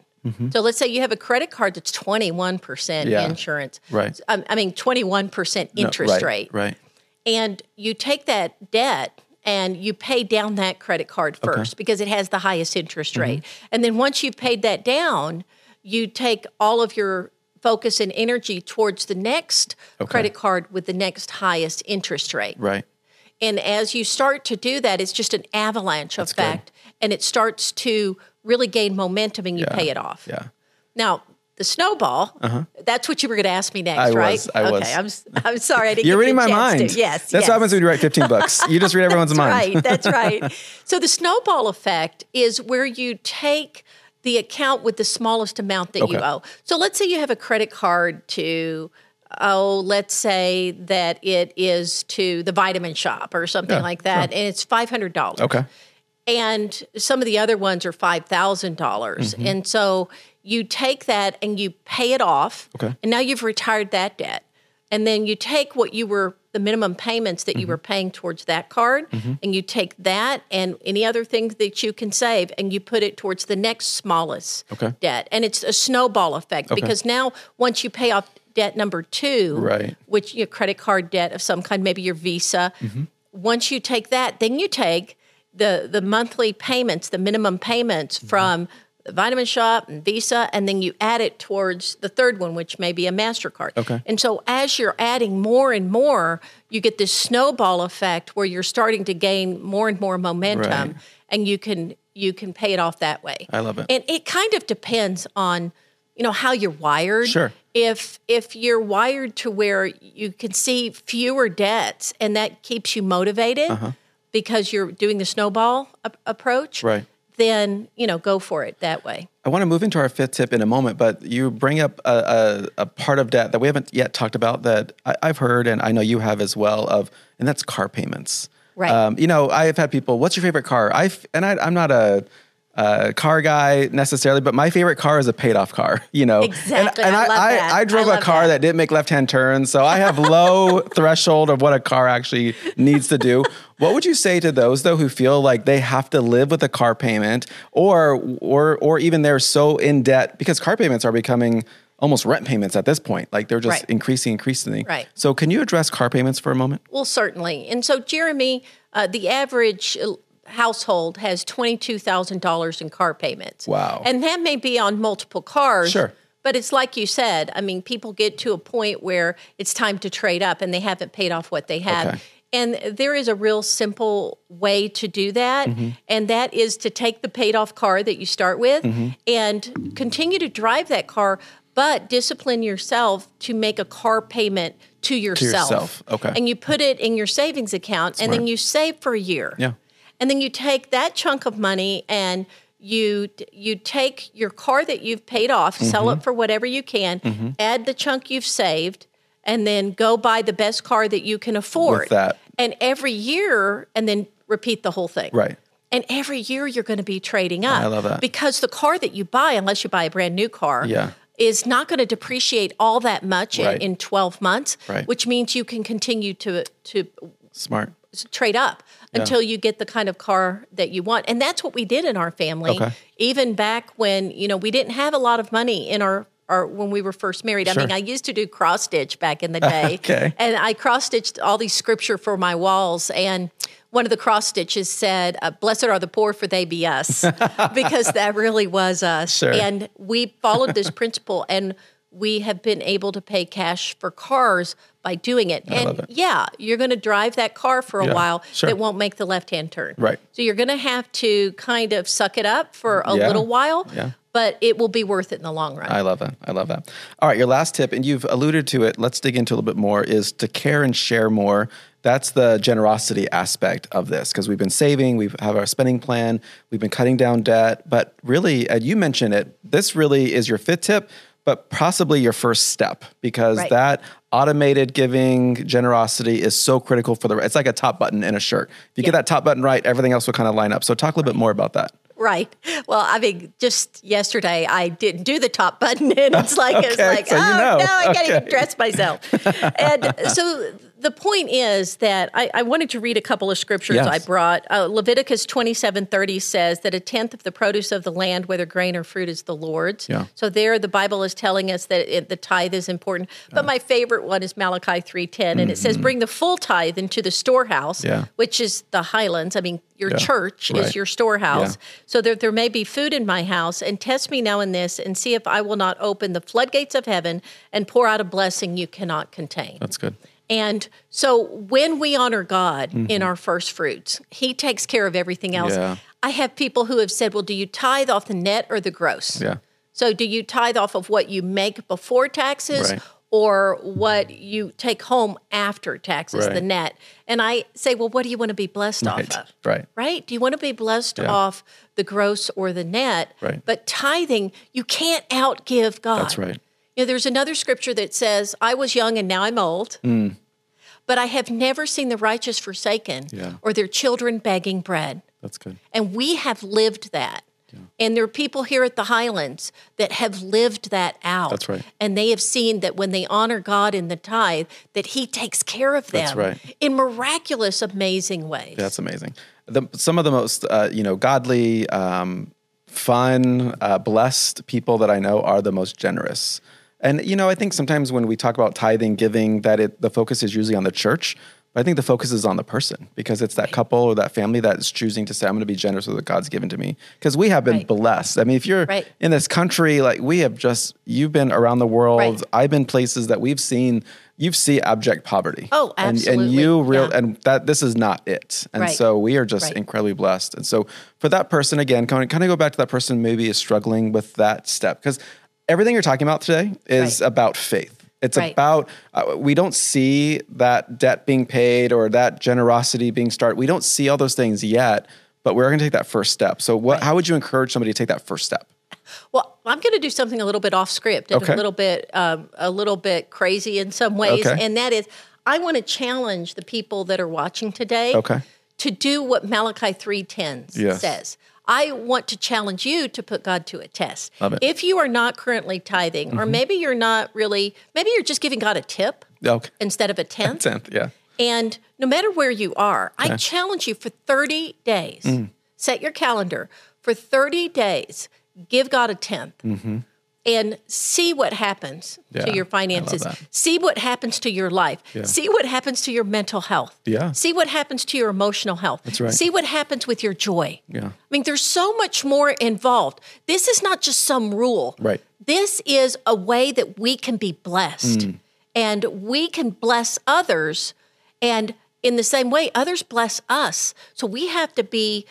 [SPEAKER 2] So let's say you have a credit card that's 21%
[SPEAKER 1] Mm-hmm. Yeah.
[SPEAKER 2] insurance.
[SPEAKER 1] Right.
[SPEAKER 2] Um, I mean, 21%
[SPEAKER 1] No,
[SPEAKER 2] interest
[SPEAKER 1] right,
[SPEAKER 2] rate.
[SPEAKER 1] right
[SPEAKER 2] And you take that debt and you pay down that credit card first because it has the highest
[SPEAKER 1] Mm-hmm.
[SPEAKER 2] interest rate. And then once you've paid that down, you take all of your focus and energy towards the next credit card with the next highest interest rate.
[SPEAKER 1] right
[SPEAKER 2] And as you start to do that, it's just an avalanche effect and it starts to really gain momentum and you pay it off.
[SPEAKER 1] yeah
[SPEAKER 2] Now, the snowball, that's what you were going to ask me next,
[SPEAKER 1] Uh-huh. I was, I
[SPEAKER 2] right? okay,
[SPEAKER 1] was.
[SPEAKER 2] I'm, s- I'm sorry. I didn't
[SPEAKER 1] you're
[SPEAKER 2] give you
[SPEAKER 1] reading
[SPEAKER 2] a
[SPEAKER 1] my
[SPEAKER 2] chance
[SPEAKER 1] mind
[SPEAKER 2] To. Yes.
[SPEAKER 1] that's
[SPEAKER 2] yes.
[SPEAKER 1] what happens when you write 15 books you just read everyone's mind
[SPEAKER 2] That's right. That's right. So the snowball effect is where you take the account with the smallest amount that you
[SPEAKER 1] Okay.
[SPEAKER 2] owe. So let's say you have a credit card to oh, let's say that it is to the vitamin shop or something
[SPEAKER 1] Yeah,
[SPEAKER 2] like that, and it's five hundred dollars
[SPEAKER 1] okay
[SPEAKER 2] and some of the other ones are five dollars.
[SPEAKER 1] Mm-hmm.
[SPEAKER 2] And so you take that and you pay it off.
[SPEAKER 1] Okay.
[SPEAKER 2] And now you've retired that debt. And then you take what you were the minimum payments that
[SPEAKER 1] Mm-hmm.
[SPEAKER 2] you were paying towards that card, and you take that and any other things that you can save, and you put it towards the next smallest
[SPEAKER 1] Okay.
[SPEAKER 2] debt. And it's a snowball effect because now once you pay off debt number two,
[SPEAKER 1] Right.
[SPEAKER 2] which your credit card debt of some kind, maybe your Visa.
[SPEAKER 1] Mm-hmm.
[SPEAKER 2] Once you take that, then you take the the monthly payments, the minimum payments
[SPEAKER 1] Mm-hmm.
[SPEAKER 2] from the vitamin shop and Visa, and then you add it towards the third one, which may be a Mastercard.
[SPEAKER 1] Okay.
[SPEAKER 2] And so as you're adding more and more, you get this snowball effect where you're starting to gain more and more momentum,
[SPEAKER 1] Right.
[SPEAKER 2] and you can you can pay it off that way.
[SPEAKER 1] I love it.
[SPEAKER 2] And it kind of depends on you know how you're wired
[SPEAKER 1] Sure.
[SPEAKER 2] if if you're wired to where you can see fewer debts and that keeps you motivated
[SPEAKER 1] Uh-huh.
[SPEAKER 2] because you're doing the snowball a- approach
[SPEAKER 1] Right.
[SPEAKER 2] then you know go for it that way
[SPEAKER 1] I want to move into our fifth tip in a moment, but you bring up a, a, a part of debt that we haven't yet talked about that I, I've heard and I know you have as well of, and that's car payments. Um,
[SPEAKER 2] Right.
[SPEAKER 1] you know, I've had people, what's your favorite car? I and I, I'm not a, a car guy necessarily, but my favorite car is a paid off car. You know,
[SPEAKER 2] Exactly.
[SPEAKER 1] And, and
[SPEAKER 2] I love
[SPEAKER 1] I,
[SPEAKER 2] that.
[SPEAKER 1] I, drove
[SPEAKER 2] I
[SPEAKER 1] a
[SPEAKER 2] love
[SPEAKER 1] car that
[SPEAKER 2] that.
[SPEAKER 1] that didn't make left-hand turns. So I have low threshold of what a car actually needs to do. What would you say to those though who feel like they have to live with a car payment or or or even they're so in debt because car payments are becoming almost rent payments at this point. Like they're just
[SPEAKER 2] Right.
[SPEAKER 1] increasing increasingly.
[SPEAKER 2] Right.
[SPEAKER 1] So can you address car payments for a moment?
[SPEAKER 2] well certainly and so jeremy uh, the average uh, household has $22000 in car payments
[SPEAKER 1] Wow.
[SPEAKER 2] and that may be on multiple cars
[SPEAKER 1] Sure.
[SPEAKER 2] but it's like you said i mean people get to a point where it's time to trade up and they haven't paid off what they have
[SPEAKER 1] Okay.
[SPEAKER 2] And there is a real simple way to do that,
[SPEAKER 1] Mm-hmm.
[SPEAKER 2] and that is to take the paid off car that you start with
[SPEAKER 1] Mm-hmm.
[SPEAKER 2] and continue to drive that car, but discipline yourself to make a car payment to yourself.
[SPEAKER 1] yourself, okay.
[SPEAKER 2] And you put it in your savings account, and then you save for a year.
[SPEAKER 1] Yeah.
[SPEAKER 2] And then you take that chunk of money and you you take your car that you've paid off, sell
[SPEAKER 1] Mm-hmm.
[SPEAKER 2] it for whatever you can, add the chunk you've saved, and then go buy the best car that you can afford.
[SPEAKER 1] that.
[SPEAKER 2] And every year, and then repeat the whole thing.
[SPEAKER 1] Right.
[SPEAKER 2] And every year you're going to be trading up.
[SPEAKER 1] I love that.
[SPEAKER 2] Because the car that you buy, unless you buy a brand new car,
[SPEAKER 1] Yeah.
[SPEAKER 2] is not going to depreciate all that much
[SPEAKER 1] Right.
[SPEAKER 2] in, in 12 months,
[SPEAKER 1] Right.
[SPEAKER 2] which means you can continue to to
[SPEAKER 1] Smart.
[SPEAKER 2] trade up until you get the kind of car that you want. And that's what we did in our family.
[SPEAKER 1] Okay.
[SPEAKER 2] Even back when, you know, we didn't have a lot of money in our or when we were first married. I
[SPEAKER 1] Sure.
[SPEAKER 2] mean, I used to do cross stitch back in the day.
[SPEAKER 1] Okay.
[SPEAKER 2] And I cross stitched all these scripture for my walls and one of the cross stitches said, uh, "Blessed are the poor, for they be us," because that really was us.
[SPEAKER 1] Sure.
[SPEAKER 2] And we followed this principle, and we have been able to pay cash for cars by doing it. and
[SPEAKER 1] love it.
[SPEAKER 2] yeah, you're going to drive that car for a
[SPEAKER 1] Yeah,
[SPEAKER 2] while
[SPEAKER 1] sure.
[SPEAKER 2] that won't make the left hand turn.
[SPEAKER 1] Right.
[SPEAKER 2] So you're going to have to kind of suck it up for a
[SPEAKER 1] Yeah,
[SPEAKER 2] little while,
[SPEAKER 1] yeah.
[SPEAKER 2] but it will be worth it in the long run.
[SPEAKER 1] I love that. I love that. All right, your last tip, and you've alluded to it. Let's dig into a little bit more. Is to care and share more. That's the generosity aspect of this because we've been saving, we have our spending plan, we've been cutting down debt. But really, and you mentioned it, this really is your fifth tip, but possibly your first step because
[SPEAKER 2] Right.
[SPEAKER 1] that automated giving generosity is so critical for the. It's like a top button in a shirt. If you get that top button right, everything else will kind of line up. So talk a little bit more about that.
[SPEAKER 2] Right. Well, I mean, just yesterday I didn't do the top button, and it's like it's
[SPEAKER 1] Okay,
[SPEAKER 2] like,
[SPEAKER 1] so
[SPEAKER 2] oh
[SPEAKER 1] you know.
[SPEAKER 2] no, I can't
[SPEAKER 1] Okay.
[SPEAKER 2] even dress myself. and so the point is that I, I wanted to read a couple of scriptures
[SPEAKER 1] Yes.
[SPEAKER 2] I brought. Uh, Leviticus twenty seven thirty says that a tenth of the produce of the land, whether grain or fruit, is the Lord's.
[SPEAKER 1] Yeah.
[SPEAKER 2] So there, the Bible is telling us that it, the tithe is important. But my favorite one is Malachi three ten, and it says, "Bring the full tithe into the storehouse,
[SPEAKER 1] Mm-hmm. Yeah.
[SPEAKER 2] which is the highlands. I mean, your
[SPEAKER 1] Yeah.
[SPEAKER 2] church
[SPEAKER 1] Right.
[SPEAKER 2] is your storehouse."
[SPEAKER 1] Yeah.
[SPEAKER 2] so that there may be food in my house, and test me now in this, and see if I will not open the floodgates of heaven and pour out a blessing you cannot contain.
[SPEAKER 1] That's good.
[SPEAKER 2] And so when we honor God in our first fruits, He takes care of everything else.
[SPEAKER 1] Mm-hmm. Yeah.
[SPEAKER 2] I have people who have said, Well, do you tithe off the net or the gross?
[SPEAKER 1] Yeah.
[SPEAKER 2] So do you tithe off of what you make before taxes?
[SPEAKER 1] Right.
[SPEAKER 2] Or what you take home after taxes, the
[SPEAKER 1] Right.
[SPEAKER 2] net. And I say, well, what do you want to be blessed
[SPEAKER 1] Right.
[SPEAKER 2] off of?
[SPEAKER 1] Right.
[SPEAKER 2] right? Do you want to be blessed
[SPEAKER 1] Yeah.
[SPEAKER 2] off the gross or the net?
[SPEAKER 1] Right.
[SPEAKER 2] But tithing, you can't outgive God.
[SPEAKER 1] That's right.
[SPEAKER 2] You know, there's another scripture that says, I was young and now I'm old,
[SPEAKER 1] Mm.
[SPEAKER 2] but I have never seen the righteous forsaken
[SPEAKER 1] Yeah.
[SPEAKER 2] or their children begging bread.
[SPEAKER 1] That's good.
[SPEAKER 2] And we have lived that. And there are people here at the Highlands that have lived that out.
[SPEAKER 1] That's right.
[SPEAKER 2] And they have seen that when they honor God in the tithe, that He takes care of them
[SPEAKER 1] That's right.
[SPEAKER 2] in miraculous, amazing ways.
[SPEAKER 1] That's amazing. The, some of the most, uh, you know, godly, um, fun, uh, blessed people that I know are the most generous. And you know, I think sometimes when we talk about tithing, giving, that it the focus is usually on the church. But I think the focus is on the person because it's that couple or that family that is choosing to say, "I'm going to be generous with what God's given to me." Because we have been
[SPEAKER 2] Right.
[SPEAKER 1] blessed. I mean, if you're
[SPEAKER 2] Right.
[SPEAKER 1] in this country, like we have just, you've been around the world.
[SPEAKER 2] Right.
[SPEAKER 1] I've been places that we've seen. You've seen abject poverty.
[SPEAKER 2] Oh,
[SPEAKER 1] And, and
[SPEAKER 2] absolutely.
[SPEAKER 1] you real
[SPEAKER 2] Yeah.
[SPEAKER 1] and that this is not it. And
[SPEAKER 2] Right.
[SPEAKER 1] so we are just
[SPEAKER 2] Right.
[SPEAKER 1] incredibly blessed. And so for that person, again, kind of, kind of go back to that person maybe is struggling with that step because everything you're talking about today is
[SPEAKER 2] Right.
[SPEAKER 1] about faith. It's
[SPEAKER 2] Right.
[SPEAKER 1] about uh, we don't see that debt being paid or that generosity being started. We don't see all those things yet, but we're going to take that first step. So what? How would you encourage somebody to take that first step?
[SPEAKER 2] Well, I'm going to do something a little bit off script and
[SPEAKER 1] Okay.
[SPEAKER 2] a little bit um, a little bit crazy in some ways,
[SPEAKER 1] Okay.
[SPEAKER 2] and that is I want to challenge the people that are watching today
[SPEAKER 1] Okay.
[SPEAKER 2] to do what Malachi 3:10
[SPEAKER 1] Yes.
[SPEAKER 2] says. I want to challenge you to put God to a test.
[SPEAKER 1] Love it. Mm-hmm.
[SPEAKER 2] If you are not currently tithing, or maybe you're not really, maybe you're just giving God a tip
[SPEAKER 1] Okay.
[SPEAKER 2] instead of a tenth.
[SPEAKER 1] Tenth. Yeah.
[SPEAKER 2] And no matter where you are, I challenge you for 30 days,
[SPEAKER 1] Mm.
[SPEAKER 2] set your calendar for 30 days, give God a 10th and see what happens
[SPEAKER 1] Mm-hmm. Yeah,
[SPEAKER 2] to
[SPEAKER 1] I
[SPEAKER 2] your
[SPEAKER 1] love
[SPEAKER 2] finances.
[SPEAKER 1] that.
[SPEAKER 2] See what happens to your life. See what happens to your mental health.
[SPEAKER 1] Yeah.
[SPEAKER 2] See what happens to your emotional health. That's
[SPEAKER 1] right.
[SPEAKER 2] See what happens with your joy.
[SPEAKER 1] Yeah.
[SPEAKER 2] I mean, there's so much more involved. This is not just some rule.
[SPEAKER 1] Right.
[SPEAKER 2] This is a way
[SPEAKER 1] Mm.
[SPEAKER 2] that we can be blessed and we can bless others. And in the same way, others bless us. So we have to be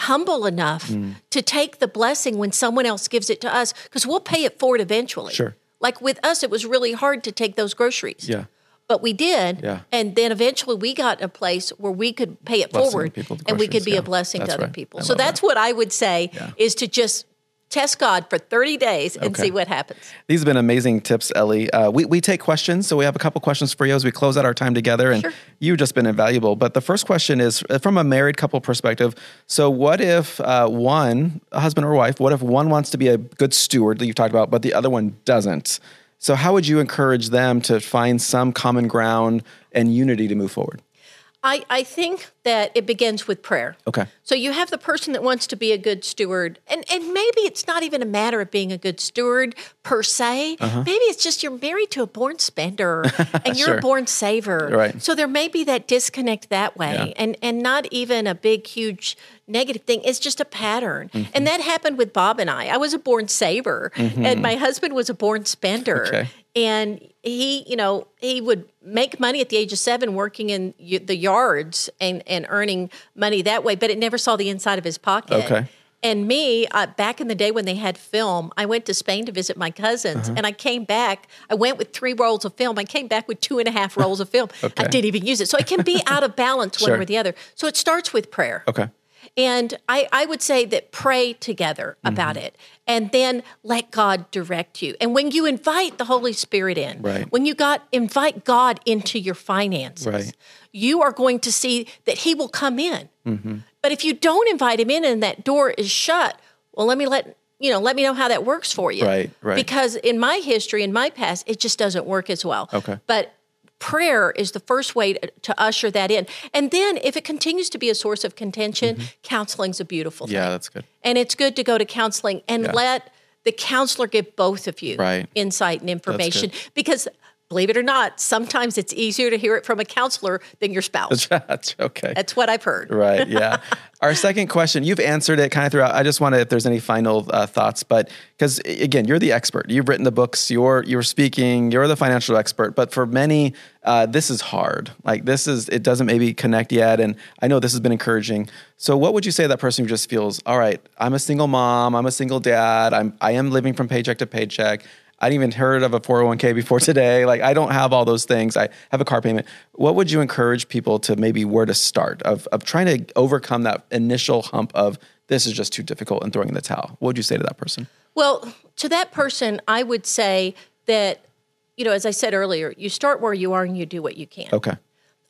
[SPEAKER 2] humble enough
[SPEAKER 1] Mm.
[SPEAKER 2] to take the blessing when someone else gives it to us because we'll pay it forward eventually.
[SPEAKER 1] Sure.
[SPEAKER 2] Like with us, it was really hard to take those groceries.
[SPEAKER 1] Yeah.
[SPEAKER 2] But we did.
[SPEAKER 1] Yeah.
[SPEAKER 2] And then eventually we got a place where we could pay it
[SPEAKER 1] Blessing
[SPEAKER 2] forward
[SPEAKER 1] people with
[SPEAKER 2] and we could
[SPEAKER 1] groceries,
[SPEAKER 2] be
[SPEAKER 1] yeah.
[SPEAKER 2] a blessing
[SPEAKER 1] That's
[SPEAKER 2] to other
[SPEAKER 1] right.
[SPEAKER 2] people.
[SPEAKER 1] I
[SPEAKER 2] so
[SPEAKER 1] love that.
[SPEAKER 2] that's what I would say
[SPEAKER 1] Yeah.
[SPEAKER 2] is to just test God for 30 days and
[SPEAKER 1] Okay.
[SPEAKER 2] see what happens.
[SPEAKER 1] These have been amazing tips, Ellie. Uh, we, we take questions, so we have a couple questions for you as we close out our time together. And
[SPEAKER 2] Sure.
[SPEAKER 1] you've just been invaluable. But the first question is uh, from a married couple perspective. So, what if uh, one, a husband or wife, what if one wants to be a good steward that you've talked about, but the other one doesn't? So, how would you encourage them to find some common ground and unity to move forward?
[SPEAKER 2] I, I think that it begins with prayer.
[SPEAKER 1] Okay.
[SPEAKER 2] So you have the person that wants to be a good steward, and, and maybe it's not even a matter of being a good steward per se. Maybe it's just you're married to a born spender and
[SPEAKER 1] Uh-huh.
[SPEAKER 2] you're
[SPEAKER 1] Sure.
[SPEAKER 2] a born saver.
[SPEAKER 1] Right.
[SPEAKER 2] So there may be that disconnect that way,
[SPEAKER 1] Yeah.
[SPEAKER 2] and and not even a big huge negative thing. It's just a pattern,
[SPEAKER 1] Mm-hmm.
[SPEAKER 2] and that happened with Bob and I. I was a born saver, and my husband was a born spender
[SPEAKER 1] Okay.
[SPEAKER 2] and he you know he would make money at the age of seven working in y- the yards and and earning money that way but it never saw the inside of his pocket
[SPEAKER 1] Okay.
[SPEAKER 2] and me uh, back in the day when they had film i went to spain to visit my cousins
[SPEAKER 1] Uh-huh.
[SPEAKER 2] and i came back i went with three rolls of film i came back with two and a half rolls of film i didn't even use it so it can be out of balance one
[SPEAKER 1] Sure.
[SPEAKER 2] way or the other so it starts with prayer
[SPEAKER 1] Okay.
[SPEAKER 2] and I, I would say that pray together
[SPEAKER 1] Mm-hmm.
[SPEAKER 2] about it and then let God direct you. And when you invite the Holy Spirit in,
[SPEAKER 1] Right.
[SPEAKER 2] when you got invite God into your finances,
[SPEAKER 1] Right.
[SPEAKER 2] you are going to see that He will come in.
[SPEAKER 1] Mm-hmm.
[SPEAKER 2] But if you don't invite Him in and that door is shut, well, let me let you know, let me know how that works for you.
[SPEAKER 1] Right, right.
[SPEAKER 2] Because in my history, in my past, it just doesn't work as well.
[SPEAKER 1] Okay.
[SPEAKER 2] But prayer is the first way to, to usher that in. And then if it continues to be a source of contention, counseling's a beautiful thing.
[SPEAKER 1] Mm-hmm. Yeah, that's good.
[SPEAKER 2] And it's good to go to counseling and
[SPEAKER 1] Yeah.
[SPEAKER 2] let the counselor give both of you
[SPEAKER 1] Right.
[SPEAKER 2] insight and information because believe it or not, sometimes it's easier to hear it from a counselor than your spouse.
[SPEAKER 1] That's okay.
[SPEAKER 2] That's what I've heard.
[SPEAKER 1] Right. Yeah. Our second question, you've answered it kind of throughout. I just want to, if there's any final uh, thoughts, but because again, you're the expert. You've written the books. You're you're speaking. You're the financial expert. But for many, uh, this is hard. Like this is it doesn't maybe connect yet. And I know this has been encouraging. So what would you say to that person who just feels, all right, I'm a single mom. I'm a single dad. I'm I am living from paycheck to paycheck. I didn't even heard of a 401k before today. Like I don't have all those things. I have a car payment. What would you encourage people to maybe where to start of, of trying to overcome that initial hump of this is just too difficult and throwing in the towel? What would you say to that person?
[SPEAKER 2] Well, to that person, I would say that, you know, as I said earlier, you start where you are and you do what you can.
[SPEAKER 1] Okay.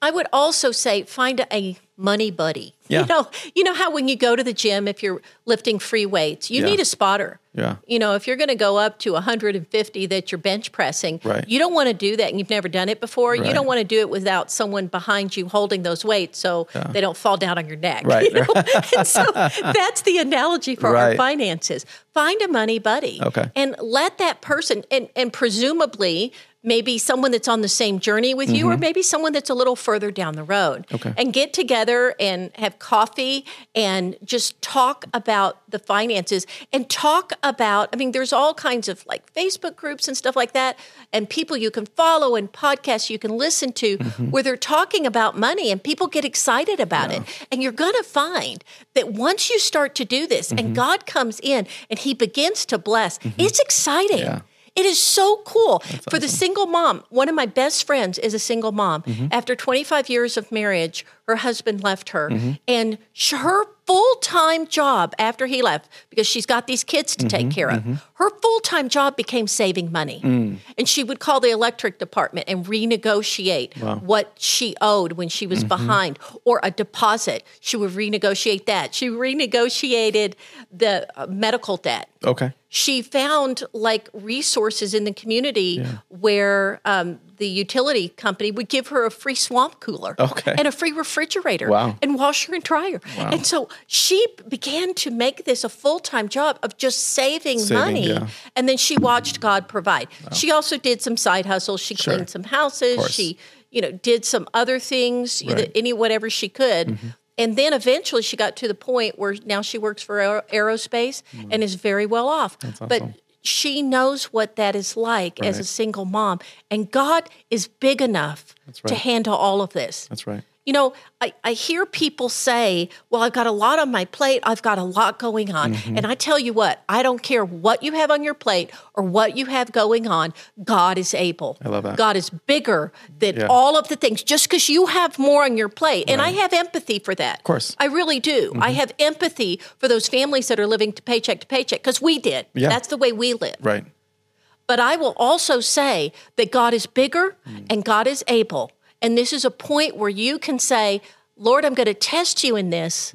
[SPEAKER 2] I would also say find a money buddy.
[SPEAKER 1] Yeah.
[SPEAKER 2] You know, you know how when you go to the gym, if you're lifting free weights, you
[SPEAKER 1] Yeah.
[SPEAKER 2] need a spotter.
[SPEAKER 1] Yeah.
[SPEAKER 2] You know, if you're going to go up to 150 that you're bench pressing,
[SPEAKER 1] Right.
[SPEAKER 2] you don't want to do that and you've never done it before. You
[SPEAKER 1] Right.
[SPEAKER 2] don't want to do it without someone behind you holding those weights so they don't fall down on your neck.
[SPEAKER 1] Right.
[SPEAKER 2] you know? and so that's the analogy for
[SPEAKER 1] Right.
[SPEAKER 2] our finances. Find a money buddy.
[SPEAKER 1] Okay.
[SPEAKER 2] And let that person and and presumably maybe someone that's on the same journey with you or maybe someone that's a little further down the road.
[SPEAKER 1] Okay.
[SPEAKER 2] And get together and have coffee and just talk about the finances and talk about I mean there's all kinds of like Facebook groups and stuff like that and people you can follow and podcasts you can listen to where they're talking about money and people get excited about it. And you're going to find that once you start to do this and God comes in and he begins to bless, it's exciting.
[SPEAKER 1] Yeah.
[SPEAKER 2] It is so cool. For the single mom, one of my best friends is a single mom. After 25 years of marriage, her husband left her, and sh- her full time job after he left, because she's got these kids to take care of, her full time job became saving money. And she would call the electric department and renegotiate what she owed when she was behind or a deposit. She would renegotiate that. She renegotiated the uh, medical debt
[SPEAKER 1] Okay.
[SPEAKER 2] she found like resources in the community where um, the utility company would give her a free swamp cooler
[SPEAKER 1] Okay.
[SPEAKER 2] and a free refrigerator
[SPEAKER 1] Wow.
[SPEAKER 2] and washer and dryer. And so she began to make this a full time job of just saving,
[SPEAKER 1] Saving,
[SPEAKER 2] money.
[SPEAKER 1] yeah.
[SPEAKER 2] And then she watched God provide. She also did some side hustles. She
[SPEAKER 1] Sure.
[SPEAKER 2] cleaned some
[SPEAKER 1] course.
[SPEAKER 2] houses. She, you know, did some other things, you know,
[SPEAKER 1] Right.
[SPEAKER 2] any whatever she could.
[SPEAKER 1] Mm-hmm.
[SPEAKER 2] And then eventually she got to the point where now she works for aer- aerospace and is very well off.
[SPEAKER 1] Mm-hmm. awesome.
[SPEAKER 2] But she knows what that is like as a
[SPEAKER 1] Right.
[SPEAKER 2] single mom. And God is big enough
[SPEAKER 1] right.
[SPEAKER 2] to handle all of this.
[SPEAKER 1] That's right.
[SPEAKER 2] You know, I, I hear people say, Well, I've got a lot on my plate. I've got a lot going on.
[SPEAKER 1] Mm-hmm.
[SPEAKER 2] And I tell you what, I don't care what you have on your plate or what you have going on. God is able. I
[SPEAKER 1] love that.
[SPEAKER 2] God is bigger than all of the things, just because you have more on your plate. And I have empathy for that. Of
[SPEAKER 1] course. Mm-hmm.
[SPEAKER 2] I really do. I have empathy for those families that are living to paycheck to paycheck because we did.
[SPEAKER 1] Yeah.
[SPEAKER 2] That's the way we live.
[SPEAKER 1] Right.
[SPEAKER 2] But I will also say that God is bigger and God is able. And this is a point where you can say, Lord, I'm going to test you in this,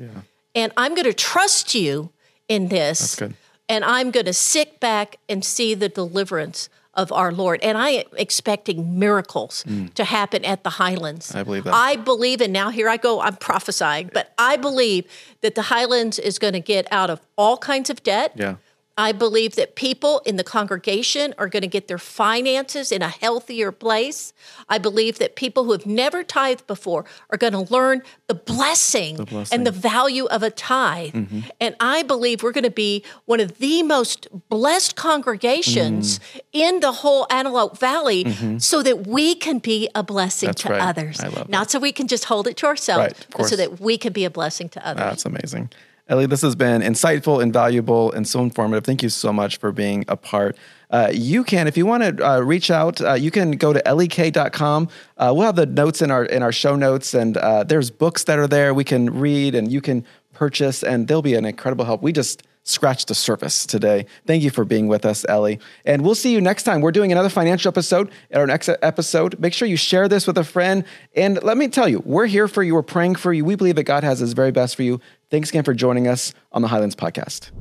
[SPEAKER 2] and I'm going to trust you in this.
[SPEAKER 1] good.
[SPEAKER 2] And I'm going to sit back and see the deliverance of our Lord. And I am expecting miracles to happen at the Highlands.
[SPEAKER 1] Mm. I believe that.
[SPEAKER 2] I believe, and now here I go, I'm prophesying, but I believe that the Highlands is going to get out of all kinds of debt.
[SPEAKER 1] Yeah.
[SPEAKER 2] I believe that people in the congregation are going to get their finances in a healthier place. I believe that people who have never tithed before are going to learn the blessing, and the value of a tithe.
[SPEAKER 1] Mm-hmm.
[SPEAKER 2] And I believe we're going to be one of the most blessed congregations
[SPEAKER 1] Mm-hmm.
[SPEAKER 2] in the whole Antelope Valley so that we can be a blessing to
[SPEAKER 1] right.
[SPEAKER 2] others.
[SPEAKER 1] I love
[SPEAKER 2] Not so we can just hold it to ourselves,
[SPEAKER 1] Right, of
[SPEAKER 2] but
[SPEAKER 1] course.
[SPEAKER 2] so that we can be a blessing to others.
[SPEAKER 1] That's amazing. Ellie, this has been insightful, invaluable, and so informative. Thank you so much for being a part. Uh, you can, if you want to uh, reach out, uh, you can go to lek.com. Uh, we'll have the notes in our in our show notes, and uh, there's books that are there we can read and you can purchase, and they'll be an incredible help. We just scratched the surface today. Thank you for being with us, Ellie. And we'll see you next time. We're doing another financial episode. In our next e-, episode, make sure you share this with a friend. And let me tell you, we're here for you. We're praying for you. We believe that God has His very best for you. Thanks again for joining us on the Highlands Podcast.